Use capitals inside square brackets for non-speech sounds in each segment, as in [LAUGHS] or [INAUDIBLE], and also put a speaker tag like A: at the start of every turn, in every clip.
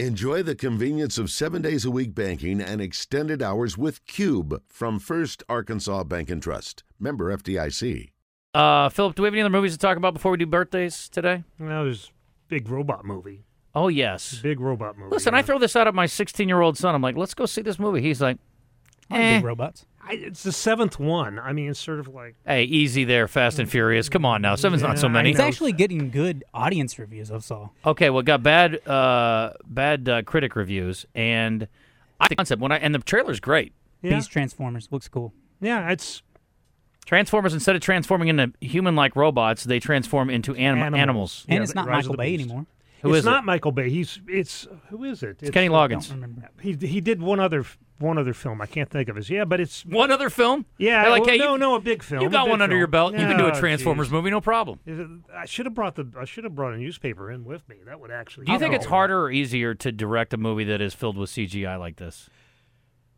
A: Enjoy the convenience of seven days a week banking and extended hours with Cube from First Arkansas Bank and Trust. Member FDIC.
B: Uh, Philip, do we have any other movies to talk about before we do birthdays today?
C: No, there's big robot movie.
B: Oh yes.
C: Big robot movie.
B: Listen, I
C: yeah.
B: throw this out at my 16 year old son. I'm like, let's go see this movie. He's like,
D: I like
B: eh.
D: big robots.
C: I, it's the seventh one. I mean, it's sort of like
B: hey, easy there, Fast and Furious. Come on now, seven's not so
C: Yeah, I
B: many.
C: know.
D: It's actually getting good audience reviews. I saw.
B: Okay, well, it got bad, uh, bad uh, critic reviews, and I the concept when I and the trailer's great.
C: yeah,
D: Beast Transformers looks cool.
C: yeah. It's
B: Transformers instead of transforming into human-like robots, they transform into anim- animals.
C: Animals.
D: And
C: Yeah,
D: it's
C: the
D: not
C: Rise of
D: Michael
C: the
D: Bay
C: Beast.
D: anymore.
B: Who
C: it's
B: is it?
C: not Michael Bay. He's it's who is it?
B: It's Kenny Loggins.
D: Don't remember.
C: He he did one other one other film. I can't think of his. Yeah, but it's
B: One other film?
C: yeah.
B: They're like,
C: well,
B: hey,
C: no,
B: you,
C: no, a big film.
B: you
C: a
B: got
C: big
B: one under
C: film.
B: your belt. You can do
C: Yeah,
B: a Transformers
C: geez.
B: movie, no problem.
C: Is it- I should have brought the I should have brought a newspaper in with me. That would actually.
B: Do you think it's
C: Oh.
B: harder or easier to direct a movie that is filled with CGI like this?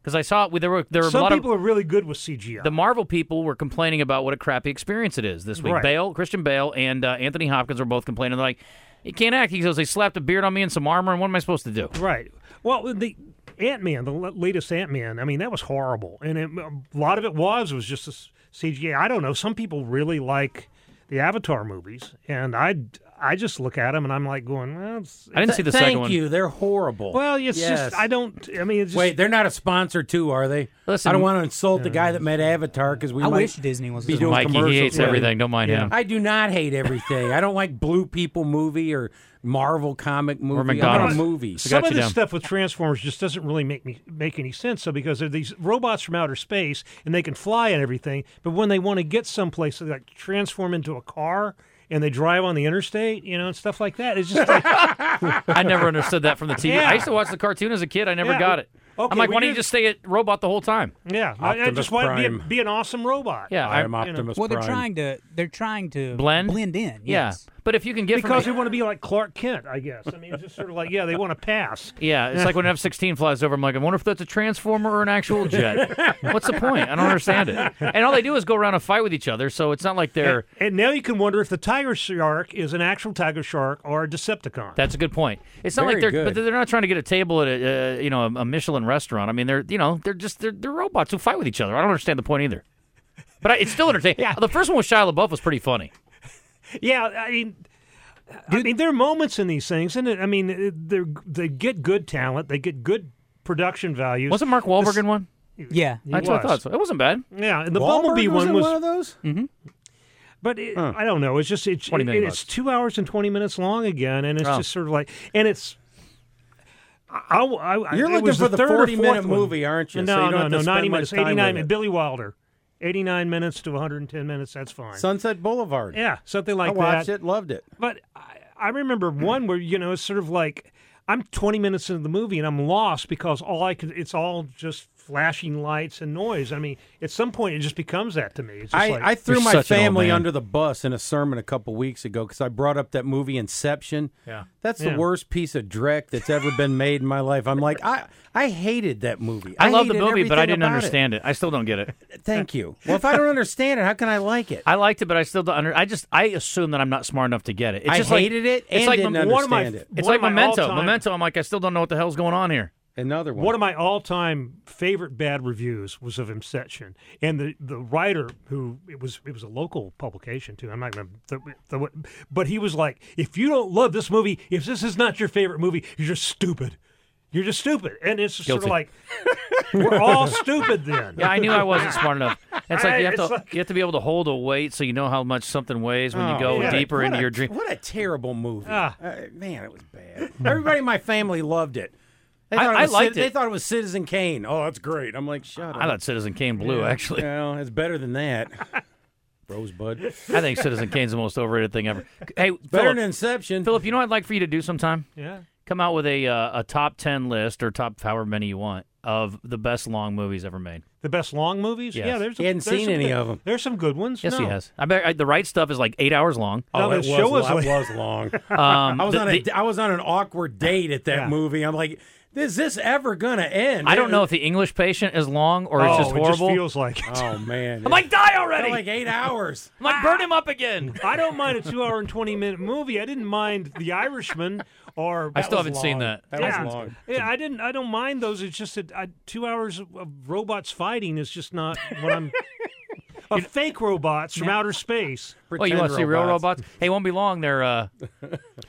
B: Because I saw there were there were a
C: Some
B: lot
C: people
B: of
C: are really good with CGI.
B: the Marvel people were complaining about what a crappy experience it is this week.
C: Right.
B: Bale, Christian Bale, and uh, Anthony Hopkins were both complaining. They're like, "He can't act." He goes, "They slapped a beard on me and some armor, and what am I supposed to do?"
C: Right. Well, the Ant Man, the l- latest Ant Man. I mean, that was horrible, and it, a lot of it was was just a s- CGI. I don't know. Some people really like the Avatar movies, and I I just look at them and I'm like going, well, it's,
B: I didn't see the
E: Thank
B: second one.
E: you. They're horrible.
C: well, it's
E: Yes.
C: just I don't. I mean, it's just,
E: Wait, they're not a sponsor too, are they?
B: Listen-
E: I don't want to insult the guy that
C: Uh,
E: made Avatar because we
D: I
E: might
D: wish Disney was.
E: be
D: a-
E: doing
B: Mikey, he
E: commercials
B: hates
E: with
B: everything.
E: him.
B: Don't mind
C: Yeah.
B: him.
E: I do not hate everything. I don't like Blue People movie or Marvel comic movie.
B: McDonald's.
E: I don't movies.
B: I got
C: some of
B: you
C: this
B: down.
C: stuff with Transformers just doesn't really make me make any sense. So because they're these robots from outer space and they can fly and everything, but when they want to get someplace, they like transform into a car and they drive on the interstate, you know, and stuff like that. It's just like
B: I never understood that from the TV.
C: Yeah.
B: I used to watch the cartoon as a kid. I never
C: Yeah.
B: got it.
C: Okay,
B: I'm like,
C: we
B: why don't you
C: did-
B: just stay at robot the whole time?
C: Yeah, I, I
E: Optimus
C: just want to be,
E: Prime.
C: a- be an awesome robot. Uh,
B: Yeah,
E: I am
B: I-
E: Optimus
D: Well, they're
E: Prime.
D: trying to. They're trying to
B: Blend?
D: blend in.
B: Yeah,
D: Yes.
B: but if you can get
C: because
B: from
C: they want to be like Clark Kent, I guess. I mean, it's just sort of like yeah, they want to pass.
B: [LAUGHS] Yeah, it's like
E: [LAUGHS]
B: when an F 16 flies over, I'm like, I wonder if that's a transformer or an actual
E: [LAUGHS]
B: jet. What's the point? I don't understand it. And all they do is go around and fight with each other, so it's not like they're.
C: And now you can wonder if the tiger shark is an actual tiger shark or a Decepticon.
B: That's a good point. It's not like
E: Very
B: they're,
E: good.
B: but they're not trying to get a table at a, uh, you know a, a Michelin restaurant. I mean, they're you know they're just they're, they're robots who fight with each other. I don't understand the point either. But I, it's still entertaining.
C: Yeah.
B: The first one with Shia LaBeouf was pretty funny.
C: yeah, I mean. I mean, there are moments in these things, and it- I mean, it- they're, they get good talent, they get good production values.
B: Wasn't Mark Wahlberg
C: This-
B: in one?
D: Yeah.
C: He
B: That's what I
C: was.
B: thought. So it wasn't bad.
C: Yeah, and the
E: Wahlberg
C: Bumblebee
E: was
C: one
E: in
C: was, Mm.
E: one of those.
C: But it, I don't know. It's just it's
B: 20
C: it-
B: million
C: it's
B: bucks.
C: two hours and twenty minutes long again, and it's
B: Oh.
C: just sort of like and it's. I, I, I-
E: You're
C: it
E: looking
C: was
E: for
C: the
E: the
C: third or
E: 40 minute
C: fourth one.
E: movie, aren't you? So
C: No,
E: you don't
C: no,
E: have
C: no,
E: to
C: ninety
E: spend much
C: minutes,
E: time
C: eighty-nine.
E: with
C: minutes.
E: it.
C: Billy Wilder, eighty-nine minutes to one hundred and ten minutes. That's fine.
E: Sunset Boulevard.
C: yeah, something
E: I
C: like
E: watched
C: that.
E: it, loved it.
C: But I, I remember one where you know it's sort of like I'm 20 minutes into the movie and I'm lost because all I could it's all just flashing lights and noise. I mean, at some point it just becomes that to me. It's just
E: I,
C: like,
E: I threw
B: You're
E: my
B: such an old
E: family
B: man.
E: under the bus in a sermon a couple weeks ago because I brought up that movie Inception. Yeah, that's
C: Yeah.
E: the worst piece of dreck that's ever been made in my life. I'm like, I I hated that movie.
B: I, love the
E: hated
B: movie, but I
E: everything
B: didn't
E: about it.
B: understand it. I still don't get it.
E: Thank you. Well, if I don't understand it, how can I like
B: [LAUGHS]
E: it?
B: I liked it, but I still don't under. I just I assume that I'm not smart enough to get it. It's
E: I
B: just like-
E: hated it
B: It's
E: and
B: like
E: didn't
B: mem-
C: one of my-
E: understand it.
B: It's
C: One
B: like
C: of my
B: memento.
C: all-time-
B: Memento. I'm like, I still don't know what the hell's going on here.
E: Another one.
C: One of my all-time favorite bad reviews was of Inception, and the, the writer who it was it was a local publication too. I'm not going to, the, but he was like, if you don't love this movie, if this is not your favorite movie, you're just stupid. You're just stupid, and it's just sort of
B: Guilty.
C: like we're all stupid then.
B: Yeah, I knew I [LAUGHS] wasn't smart enough. It's like
C: I-
B: you have
C: it's
B: to
C: like-
B: you have to be able to hold a weight so you know how much something weighs when you go
C: yeah.
B: deeper
E: Oh, What
B: into
E: a-
B: your dream.
E: What a terrible movie.
C: Ah.
E: Uh, man, it was bad. Everybody in my family loved it. They
B: [LAUGHS] I-
E: thought
B: I
E: was
B: liked
E: Citi- They
B: it.
E: thought it was Citizen Kane. Oh, that's great. I'm like, shut
B: [LAUGHS]
E: up.
B: I thought Citizen Kane blew actually.
E: Well, it's better
B: [LAUGHS]
E: than that. Rosebud.
B: I think Citizen Kane's the most overrated thing ever. Hey,
E: Better than
B: Philip,
E: Inception.
B: Philip, you know what I'd like for you to do sometime?
C: yeah.
B: Come out with a uh, a top ten list or top however many you want of the best long movies ever made.
C: The best long movies?
B: Yes.
C: Yeah, there's.
E: He hadn't
C: there's
E: seen
C: some
E: any
C: good-
E: of 'em.
C: There's some good ones.
B: Yes,
C: no.
B: he has. I bet I, the right stuff is like eight hours long.
E: oh,
C: No,
E: it
C: the
E: was,
C: show was
E: lo-
C: like-
E: it was long.
B: Um,
E: [LAUGHS] I was
B: the-
E: on a,
B: the-
E: I was on an awkward date at that
C: Yeah.
E: movie. I'm like, is this ever gonna end?
B: I don't
E: It-
B: know if the English Patient is long or
C: Oh,
B: it's just
C: it just
B: horrible.
C: feels like. [LAUGHS] it.
E: [LAUGHS] Oh man,
B: I'm like, die
E: It's
B: already!
E: like eight hours.
C: [LAUGHS]
B: I'm like, burn him up again.
C: I don't mind a two hour and 20 minute movie. I didn't mind The Irishman Or
B: I still haven't seen that.
E: That
C: yeah,
E: was long.
C: yeah, I didn't. I don't mind those. It's just that I, two hours of- of robots fighting is just not what I'm. A fake robots from outer space.
B: Well, Oh, you want to see real robots? Hey, won't be long. They're
C: [LAUGHS]
B: uh,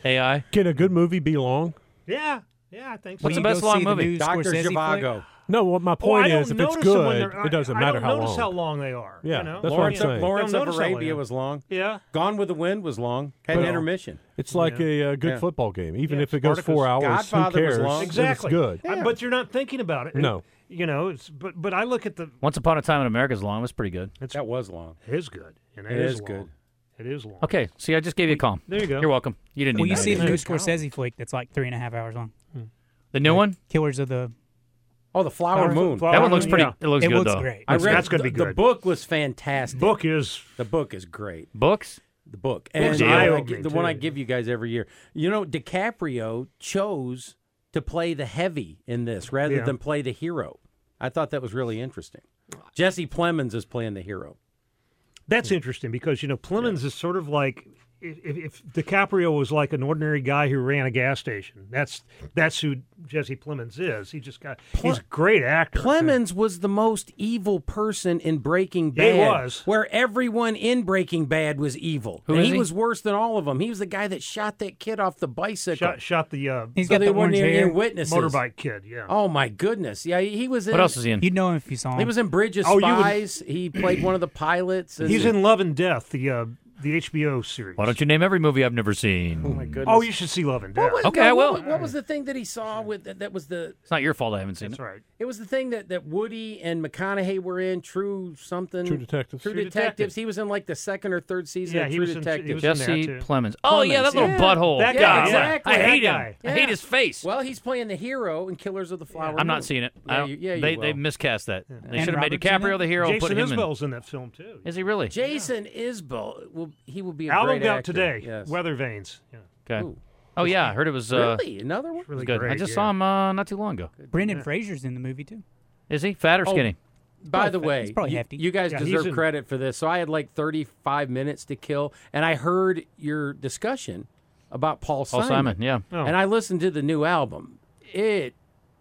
B: AI.
F: Can a good movie be long?
C: Yeah, yeah, I think so.
B: What's the
D: You
B: best
D: go
B: long
D: see the
B: movie?
D: new
E: Doctor
D: Scorsese flick?
E: Zhivago.
F: No, what my
C: Oh, I
F: point
C: don't
F: is, if it's
C: notice them when
F: good,
C: they're-
F: it doesn't
C: I,
F: matter
C: I don't
F: how
C: notice
F: long.
C: how long they are.
F: Yeah,
C: you know?
F: that's
C: I
F: what I'm
C: mean,
F: saying.
E: Lawrence
C: don't
E: of
C: notice how long they
E: Arabia
C: are.
E: was long.
C: Yeah,
E: Gone with the Wind was long. Had an
F: But-
E: intermission.
F: It's like a, uh good
E: Yeah.
F: football game. Even
C: Yeah,
F: if it goes
E: Spartacus.
F: four hours,
E: Godfather
F: who
E: was
F: cares?
E: long.
F: It's
C: exactly.
F: good.
C: I- but you're not thinking about it. And,
F: No.
C: you know. It's, but but I look at the.
B: Once Upon a Time in America's long. That's pretty good.
E: That was long.
C: It is good. And
E: It is
C: long.
E: good.
C: It is long.
B: Okay, see, I just gave you a calm.
C: There you go.
B: You're welcome. You didn't need
D: Well, you
B: that.
D: see the new
C: Yeah.
D: Scorsese flick that's like three and a half hours long.
B: the new one.
D: Killers of the.
E: Oh, the Flower Moon.
C: Flower
B: That one
C: Moon,
B: looks pretty.
C: yeah.
B: It looks
D: it
B: good
D: looks
B: though.
D: great.
E: I read
C: That's gonna be
E: the- The
C: good.
E: book was fantastic.
C: Book is
E: The book is great.
B: Books.
E: The book
C: Book's
E: and I, I,
C: eye-opening,
E: the one I
C: too.
E: give you guys every year. You know, DiCaprio chose to play the heavy in this rather
C: Yeah.
E: than play the hero. I thought that was really interesting. Jesse Plemons is playing the hero.
C: that's interesting because you know Plemons is sort of like if, if- if DiCaprio was like an ordinary guy who ran a gas station. That's that's who Jesse Plemons is. He just got he's a great actor.
E: Clemens was the most evil person in Breaking
C: Yeah,
E: Bad.
C: he was.
E: Where everyone in Breaking Bad was evil.
B: Who
E: And
B: is
E: he
B: he?
E: was worse than all of them. He was the guy that shot that kid off the bicycle.
C: shot shot the uh,
D: He's
E: so
D: got
E: they
D: the
E: weren't
D: orange
E: even
D: hair.
E: witnesses.
C: motorbike kid. Yeah.
E: Oh my goodness! Yeah, he was. In,
B: What else is he in?
D: You'd know him if you saw him.
E: He was in Bridge of
C: Oh, you would-
E: Spies. He played one of the pilots. and-
C: he's in Love and Death, the uh, the HBO series.
B: Why don't you name every movie I've never seen?
E: Oh my goodness!
C: Oh, you should see Love and Death.
E: What was-
B: Okay, I will.
E: what was- What was the thing that he saw with that, that was the?
B: It's not your fault I haven't seen
C: That's
B: it.
C: right.
E: It was the thing that, that Woody and McConaughey were in. True something.
F: True Detectives.
E: True,
C: True
E: detectives.
C: Detective.
E: He was in like the second or third season
C: Yeah,
E: of
C: he
E: True
C: was in- he
E: Detectives.
C: was in there,
B: Jesse
C: too.
B: Clemens. Oh yeah, that
E: Plemons,
B: little
E: yeah.
B: butthole.
C: That
B: Yeah,
C: guy,
E: exactly,
B: I hate
C: that
B: him.
C: guy.
B: I hate
E: Yeah.
B: his face.
E: Well, he's playing the hero in Killers of the Flower.
B: I'm
E: Moon.
B: not seeing it. I
E: Yeah,
B: don't-
E: you- yeah, you
B: they they
E: will.
B: miscast that. They
D: And
B: should have made
D: Robert's in
B: DiCaprio
D: it?
B: the hero. put
C: Jason
B: him in.
C: Isbell's in that film too.
B: Is he really?
E: Jason Isbell will he will be a
C: Album
E: great
C: out
E: actor.
C: today.
E: Yes.
C: Weather Vanes. Yeah.
B: Okay.
E: Ooh.
B: Oh yeah, I heard it was uh,
E: really another one.
C: Really
B: good.
C: great.
B: I just
C: yeah.
B: saw him uh, not too long ago.
D: Brendan Fraser's in the movie too.
B: Is he fat or
E: Oh,
B: skinny?
E: By the
D: Probably-
E: way,
D: it's probably
E: you,
D: hefty.
E: you guys
C: Yeah, he's
E: deserve
C: in-
E: credit for this. So I had like 35 minutes to kill, and I heard your discussion about Paul
B: Paul
E: Simon.
B: Simon. Yeah.
C: Oh.
E: And I listened to the new album. It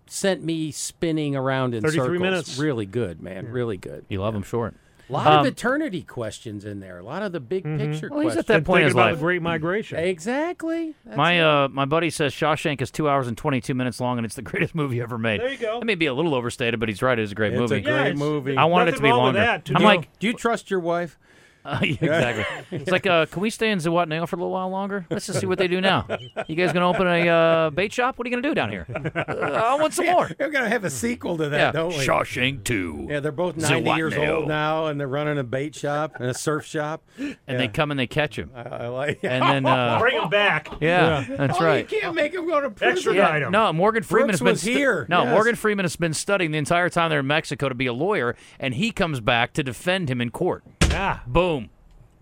E: sent me spinning around in
C: 33
E: circles.
C: minutes.
E: Really good, man. Really good.
B: You love him short.
E: A lot
B: Um,
E: of eternity questions in there. A lot of the big picture
B: Well, he's
E: questions.
B: at that point in
C: Thinking
B: his
C: about
B: life.
C: the Great Migration.
E: Exactly. That's
B: My
E: it.
B: uh, my buddy says Shawshank is two hours and twenty two minutes long, and it's the [LAUGHS] greatest movie ever made.
C: There you go.
B: That may be a little overstated, but he's right. It is a great
E: It's a
B: movie.
E: great
C: it's-
E: movie.
B: I wanted it
C: nothing
B: to be
C: wrong with
B: longer.
C: that, to
B: I'm
C: do-
B: like,
E: Do you trust your wife?
B: uh, [LAUGHS] yeah, exactly. it's like, uh, can we stay in Ziwatnail for a little while longer? Let's just see what they do now. You guys gonna open a uh, bait shop? What are you gonna do down here? Uh, I want some
E: [LAUGHS]
B: more.
E: We're gonna have a sequel to that,
B: Yeah, Shawshank Two.
E: Yeah, they're both 90 years
B: Zawatnail.
E: old now, and they're running a bait shop and a surf shop.
B: and they come and they catch
E: [LAUGHS]
B: him,
E: I, I like.
B: and then uh,
C: Bring him back.
B: yeah, that's
E: oh,
B: right.
E: You can't make him go to prison.
C: Extradite him.
B: No, Morgan Freeman has
E: Brooks
B: been
E: was here.
B: No,
E: Yes.
B: Morgan Freeman has been studying the entire time they're in Mexico to be a lawyer, and he comes back to defend him in court.
C: Yeah.
B: Boom,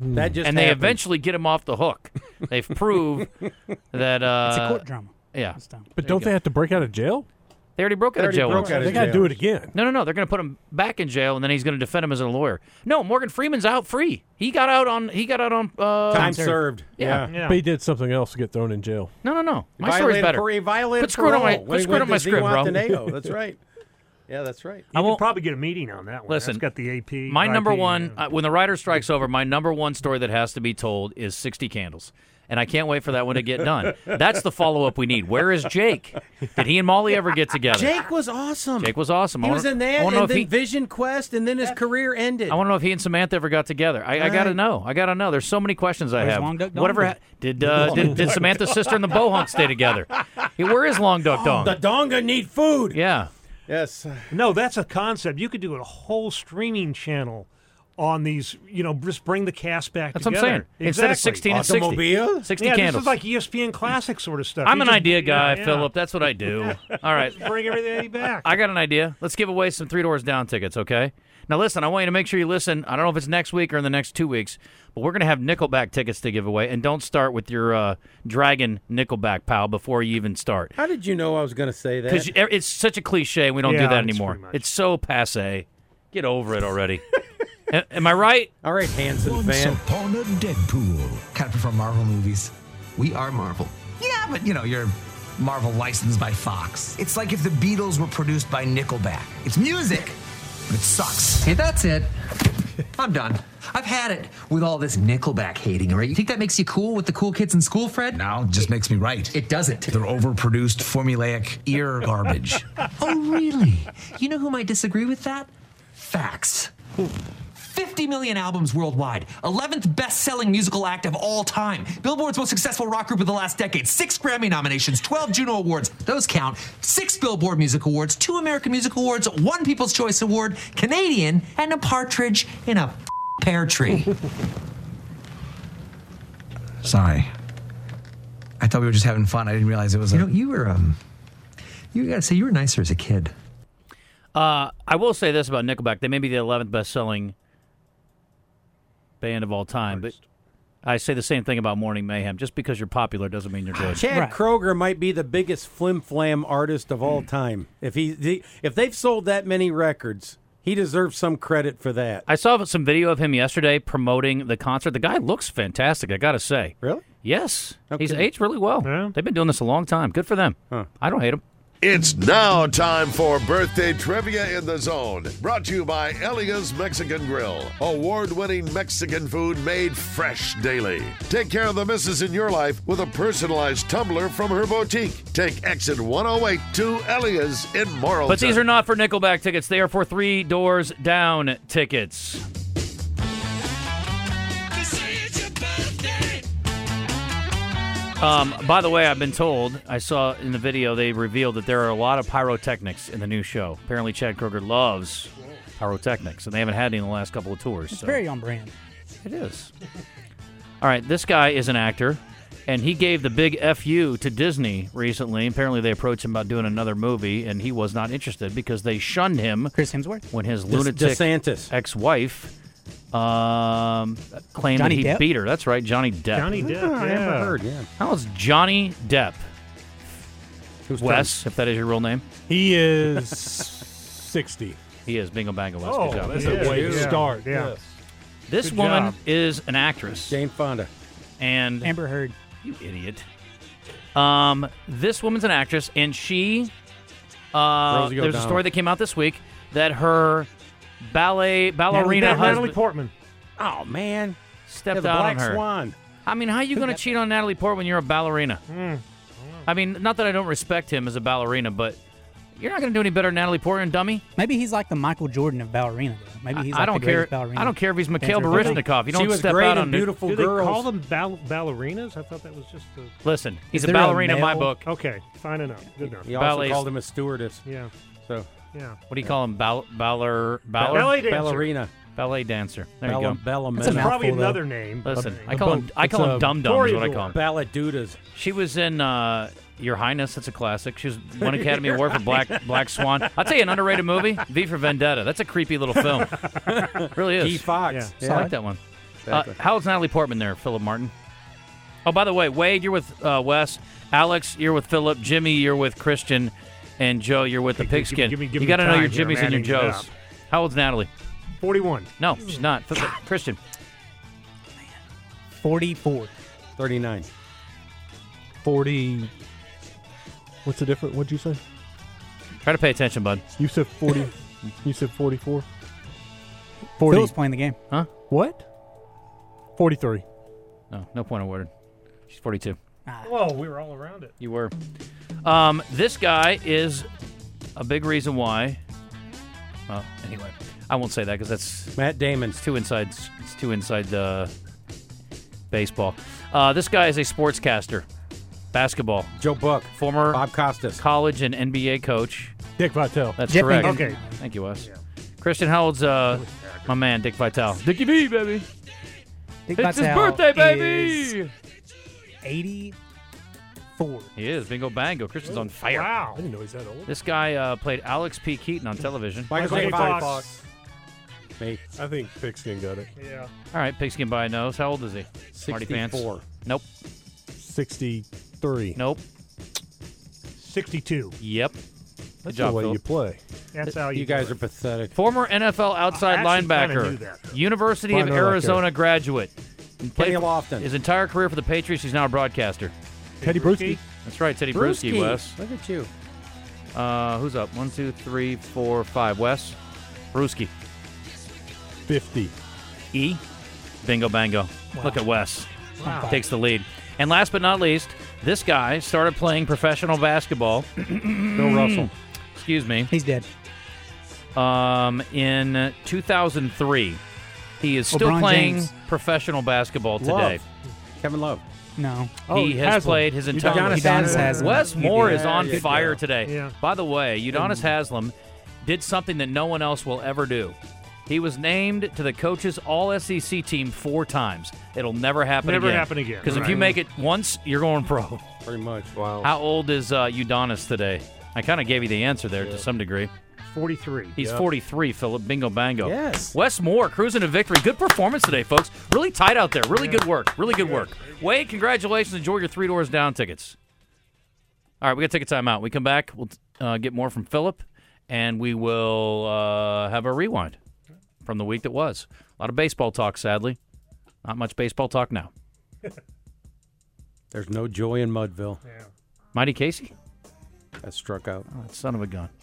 E: That just
B: and they
E: happened.
B: eventually get him off the hook. They've
E: [LAUGHS]
B: proved that. Uh,
D: It's a court drama.
B: Yeah,
D: This time.
F: But don't they have to break out of jail?
B: they already broke out of
E: already
B: jail.
E: broke
B: once.
E: out of
F: They got to
E: jail.
F: do it again.
B: No, no, no. They're going to put him back in jail, and then he's going to defend him as a lawyer. No, Morgan Freeman's out free. He got out on. He got out on. Uh,
E: Time served.
B: Yeah.
C: Yeah.
F: But he did something else to get thrown in jail.
B: No, no, no. My
E: violated
B: story's better.
E: par- he violated
B: Quit screwing on my-
E: parole
B: quit
E: when he
B: screwing on
E: went
B: my
E: to
B: script, bro.
E: [LAUGHS] Zihuatanejo. That's right. Yeah, that's right.
B: I
C: You
B: won't-
C: could probably get a meeting on that one.
B: Listen,
C: That's got the AP.
B: My
C: IP,
B: number one,
C: yeah.
B: uh, when the writer strike's over, my number one story that has to be told is 60 Candles. And I can't wait for that one to get done. That's the follow up we need. Where is Jake? Did he and Molly ever get together?
E: Jake was awesome.
B: Jake was awesome.
E: He
B: I
E: was
B: wanna-
E: in
B: I
E: that,
B: wanna know
E: and
B: if
E: then
B: he-
E: Vision Quest, and then his career ended.
B: I want to know if he and Samantha ever got together. I, I got to
E: Right.
B: know. I got to know. There's so many questions I
D: Where's
B: have.
D: Long Duck Dong?
B: Whatever ha- did uh, did, did Samantha's sister and the bohunk stay together? Hey, where is Long
D: Oh,
B: Duck Dong?
E: the Donga need food.
B: yeah,
E: Yes.
C: No, that's a concept. You could do a whole streaming channel on these. You know, just bring the cast back.
B: that's what I'm
C: together.
B: saying. Instead of
C: Exactly.
B: 16 and 60,
E: Automobile.
B: 60
C: Yeah, this
B: candles.
C: is like E ESPN classic sort of stuff.
B: I'm
C: You
B: an
C: just-
B: idea guy,
C: yeah, yeah.
B: Philip. That's what I
C: [LAUGHS]
B: do. All right.
C: Bring
B: [LAUGHS]
C: everything back.
B: I got an idea. Let's give away some Three Doors Down tickets, okay? Now, listen, I want you to make sure you listen. I don't know if it's next week or in the next two weeks, but we're going to have Nickelback tickets to give away. And don't start with your uh, Dragon Nickelback pal before you even start.
E: How did you know I was going to say that?
B: Because er, it's such a cliche, we don't do
C: Yeah,
B: that
C: it's
B: anymore.
C: pretty much-
B: It's so passe. Get over it already. [LAUGHS] A- Am I right?
E: All right, Hanson
G: Once
E: fan.
G: upon a Deadpool. Cut from Marvel movies. We are Marvel. Yeah, but you know, you're Marvel licensed by Fox. It's like if the Beatles were produced by Nickelback. It's music, but it sucks. And that's it. I'm done. I've had it with all this Nickelback hating, all right? You think that makes you cool with the cool kids in school, Fred?
H: Now just makes me right.
G: It doesn't.
H: They're overproduced, formulaic,
G: [LAUGHS]
H: ear garbage.
G: Oh, really? You know who might disagree with that? Facts. 50 million albums worldwide, 11th best selling musical act of all time, Billboard's most successful rock group of the last decade, six Grammy nominations, 12 Juno Awards, those count, six Billboard Music Awards, two American Music Awards, one People's Choice Award, Canadian, and a partridge in a pear tree.
H: Sorry. I thought we were just having fun. I didn't realize it was
G: you
H: a.
G: know, you were, um, you gotta say, you were nicer as a kid.
B: Uh, I will say this about Nickelback: they may be the eleventh best-selling band of all time, but I say the same thing about Morning Mayhem. Just because you're popular doesn't mean you're
E: [SIGHS]
B: good.
E: Chad
D: Right.
E: Kroger might be the biggest flim flam artist of
B: Hmm.
E: all time. If he the- if they've sold that many records, he deserves some credit for that.
B: I saw some video of him yesterday promoting the concert. The guy looks fantastic. I gotta say.
E: Really?
B: Yes, he's
E: Okay.
B: aged really well.
C: Yeah.
B: They've been doing this a long time. Good for them. I don't hate him.
A: It's now time for birthday trivia in the zone. Brought to you by Elia's Mexican Grill, award winning Mexican food made fresh daily. Take care of the misses in your life with a personalized tumbler from her boutique. Take exit 108 to Elia's in Morrilton.
B: But these are not for Nickelback tickets. They are for Three Doors Down tickets. Um, by the way, I've been told, I saw in the video, they revealed that there are a lot of pyrotechnics in the new show. Apparently, Chad Kroger loves pyrotechnics, and they haven't had any in the last couple of tours.
D: It's
B: so-
D: very on brand.
B: It is. All right, this guy is an actor, and he gave the big FU to Disney recently. Apparently, they approached him about doing another movie, and he was not interested because they shunned him
D: Chris Hemsworth.
B: when his
E: Des-
B: lunatic
E: DeSantis.
B: ex-wife um, claimed
D: Johnny
B: that he
D: Depp?
B: beat her. That's right, Johnny Depp.
C: Johnny Depp.
E: I
C: yeah.
E: never heard. Yeah,
B: How is Johnny Depp,
E: Who's
B: Wes, if that is your real name?
F: He is [LAUGHS] 60.
B: He is Bingo Bango Wes.
C: Oh,
B: Good job.
C: that's
F: That's
C: Yeah,
F: a way to
C: yeah,
F: start.
C: yeah.
F: Yes.
B: This
C: good
B: woman
C: job.
B: is an actress,
E: Jane Fonda.
B: and
D: Amber Heard.
B: You idiot. Um, this woman's an actress, and she. Uh,
E: Rosie
B: there's a
E: O'Donnell.
B: story that came out this week that her ballet
C: Natalie,
B: ballerina
C: Natalie
B: husband
C: Portman.
E: Oh man, yeah,
B: stepped
E: the
B: out
E: Black
B: on her.
E: Swan.
B: I mean, how you going to cheat on Natalie Portman? You're a ballerina. I mean, not that I don't respect him as a ballerina, but you're not going to do any better than Natalie Portman, dummy.
D: Maybe he's like the Michael Jordan of ballerina. Though. Maybe he's.
B: I
D: Like
B: don't
D: the
B: care.
D: greatest Ballerina
B: I don't care if he's Mikhail
D: dancer of all time.
B: Baryshnikov. You
E: she
B: don't
E: was
B: step
E: great
B: out
E: and
B: on the-
E: beautiful
C: Do they
E: girls.
C: call them ball- ballerinas? I thought that was just the.
B: Listen, he's a
D: there a
B: ballerina in my
D: male-
B: book.
C: Okay, fine enough. Good enough.
E: He also
B: ballets.
E: called him a stewardess.
C: Yeah,
E: So
C: yeah.
B: What do you call him? Ball- baller, baller,
C: Ballet dancer.
E: ballerina,
B: ballet dancer. There you
E: Bella,
B: go.
E: Bella,
D: That's a
E: Mena.
C: Probably
D: Mouthful, though.
C: another name. but-
B: Listen, I
F: a
B: call
F: boat.
E: uh,
B: him I
F: It's
B: call him
F: a
B: dum dum is what I
C: Toreador.
B: call him.
E: Balladudas.
B: She was in uh, Your Highness. That's a classic. She was won
C: [LAUGHS]
B: Academy Award for Black Black Swan. I'll tell you an underrated movie, V for Vendetta. That's a creepy little
C: [LAUGHS]
B: film. really is.
E: G. Fox.
C: Yeah.
E: Yeah.
B: I like that one. Uh, how old's Natalie Portman there, Philip Martin? Oh, by the way, Wade, you're with uh, Wes. Alex, you're with Philip. Jimmy, you're with Christian. And Joe, you're with the
C: Okay, give-
B: pigskin.
C: give me- give
B: you
C: me
B: got to know
C: time
B: your
C: here.
B: Jimmys
C: I'm
B: and your
C: adding it
B: Joes. How old's Natalie?
C: Forty-one.
B: No, she's not. Phil- Christian.
D: Forty-four.
E: Thirty-nine.
F: 40. What's the difference? What'd you say?
B: Try to pay attention, bud.
F: You said 40. you said 44.
D: Phil's playing the game.
F: What? 43.
B: No, no point awarded. She's 42.
C: Whoa, we were all around it.
B: You were. Um, this guy is a big reason why. Well, anyway, I won't say that because that's
E: Matt Damon.
B: it's too inside. It's too inside the baseball. Uh, this guy is a sportscaster, basketball,
E: Joe Buck.
B: former
E: Bob Costas.
B: college and NBA coach.
F: Dick Vitale.
B: That's
D: Jeff
B: correct.
D: Ingles.
C: Okay.
B: Thank you, Wes. Christian, how old's uh, my man Dick Vitale? Dickie V, baby.
D: Dick
B: It's his
D: Vitale
B: birthday,
D: is
B: baby.
D: Eighty-four.
B: He is. Bingo, bango. Christian's on fire.
C: Wow.
F: know he's that old.
B: This guy uh, played Alex P. Keaton on television.
E: Michael
C: Michael
E: J.
C: J.
E: Fox. Me.
F: I think Pigskin got it.
C: Yeah.
B: All right, pigskin by a nose. How old is he? Smarty pants.
E: 64.
B: Nope.
F: 63.
B: Nope.
C: Sixty-two.
B: Yep. Good
F: That's
B: job,
F: the way
B: Phil.
F: you play.
C: That's how you.
E: You guys are pathetic.
B: Former NFL outside
C: I actually kinda knew
B: linebacker,
C: that, though.
B: University
F: Well, I
B: of
F: know that
B: Arizona graduate. He
E: Kenny Lofton.
B: His entire career for the Patriots. He's now a broadcaster.
F: Teddy Bruschi.
B: That's right, Teddy Bruschi, Wes.
E: Look at you.
B: Uh, who's up? One, two, three, four, five. Wes. Bruschi.
F: 50.
B: E. Bingo bango. Look at Wes. Takes the lead. And last but not least, this guy started playing professional basketball.
F: Bill Russell.
B: Excuse me.
D: He's dead.
B: Um, in 2003, he is still
D: LeBron
B: playing
D: James.
B: professional basketball today.
E: Love. Kevin Love.
D: No.
B: Oh, he has
F: Haslam.
B: played his entire.
E: Udonis
D: Udonis Haslam.
B: Wes Moore is
E: There
B: on
E: you
B: fire
E: go.
B: today.
C: Yeah.
B: By the way, Udonis Haslam did something that no one else will ever do. He was named to the coaches All SEC team four times. It'll never happen
C: Never
B: again.
C: happen again.
B: Because if
C: Right.
B: you make it once, you're going pro.
E: Pretty much. Wow.
B: How old is uh, Udonis today? I kind of gave you the answer there to some degree.
C: 43.
B: He's 43, Philip. Bingo bango.
E: Yes.
B: Wes Moore cruising to victory. Good performance today, folks. Really tight out there. Really good work. Really good work. Wade, congratulations. Enjoy your three doors down tickets. All right, we got to take a time out. We come back. We'll uh, get more from Philip, and we will uh, have a rewind from the week that was. A lot of baseball talk, sadly. Not much baseball talk now.
E: There's no joy in Mudville.
B: Mighty Casey?
E: That struck out.
B: Oh, that son of a gun.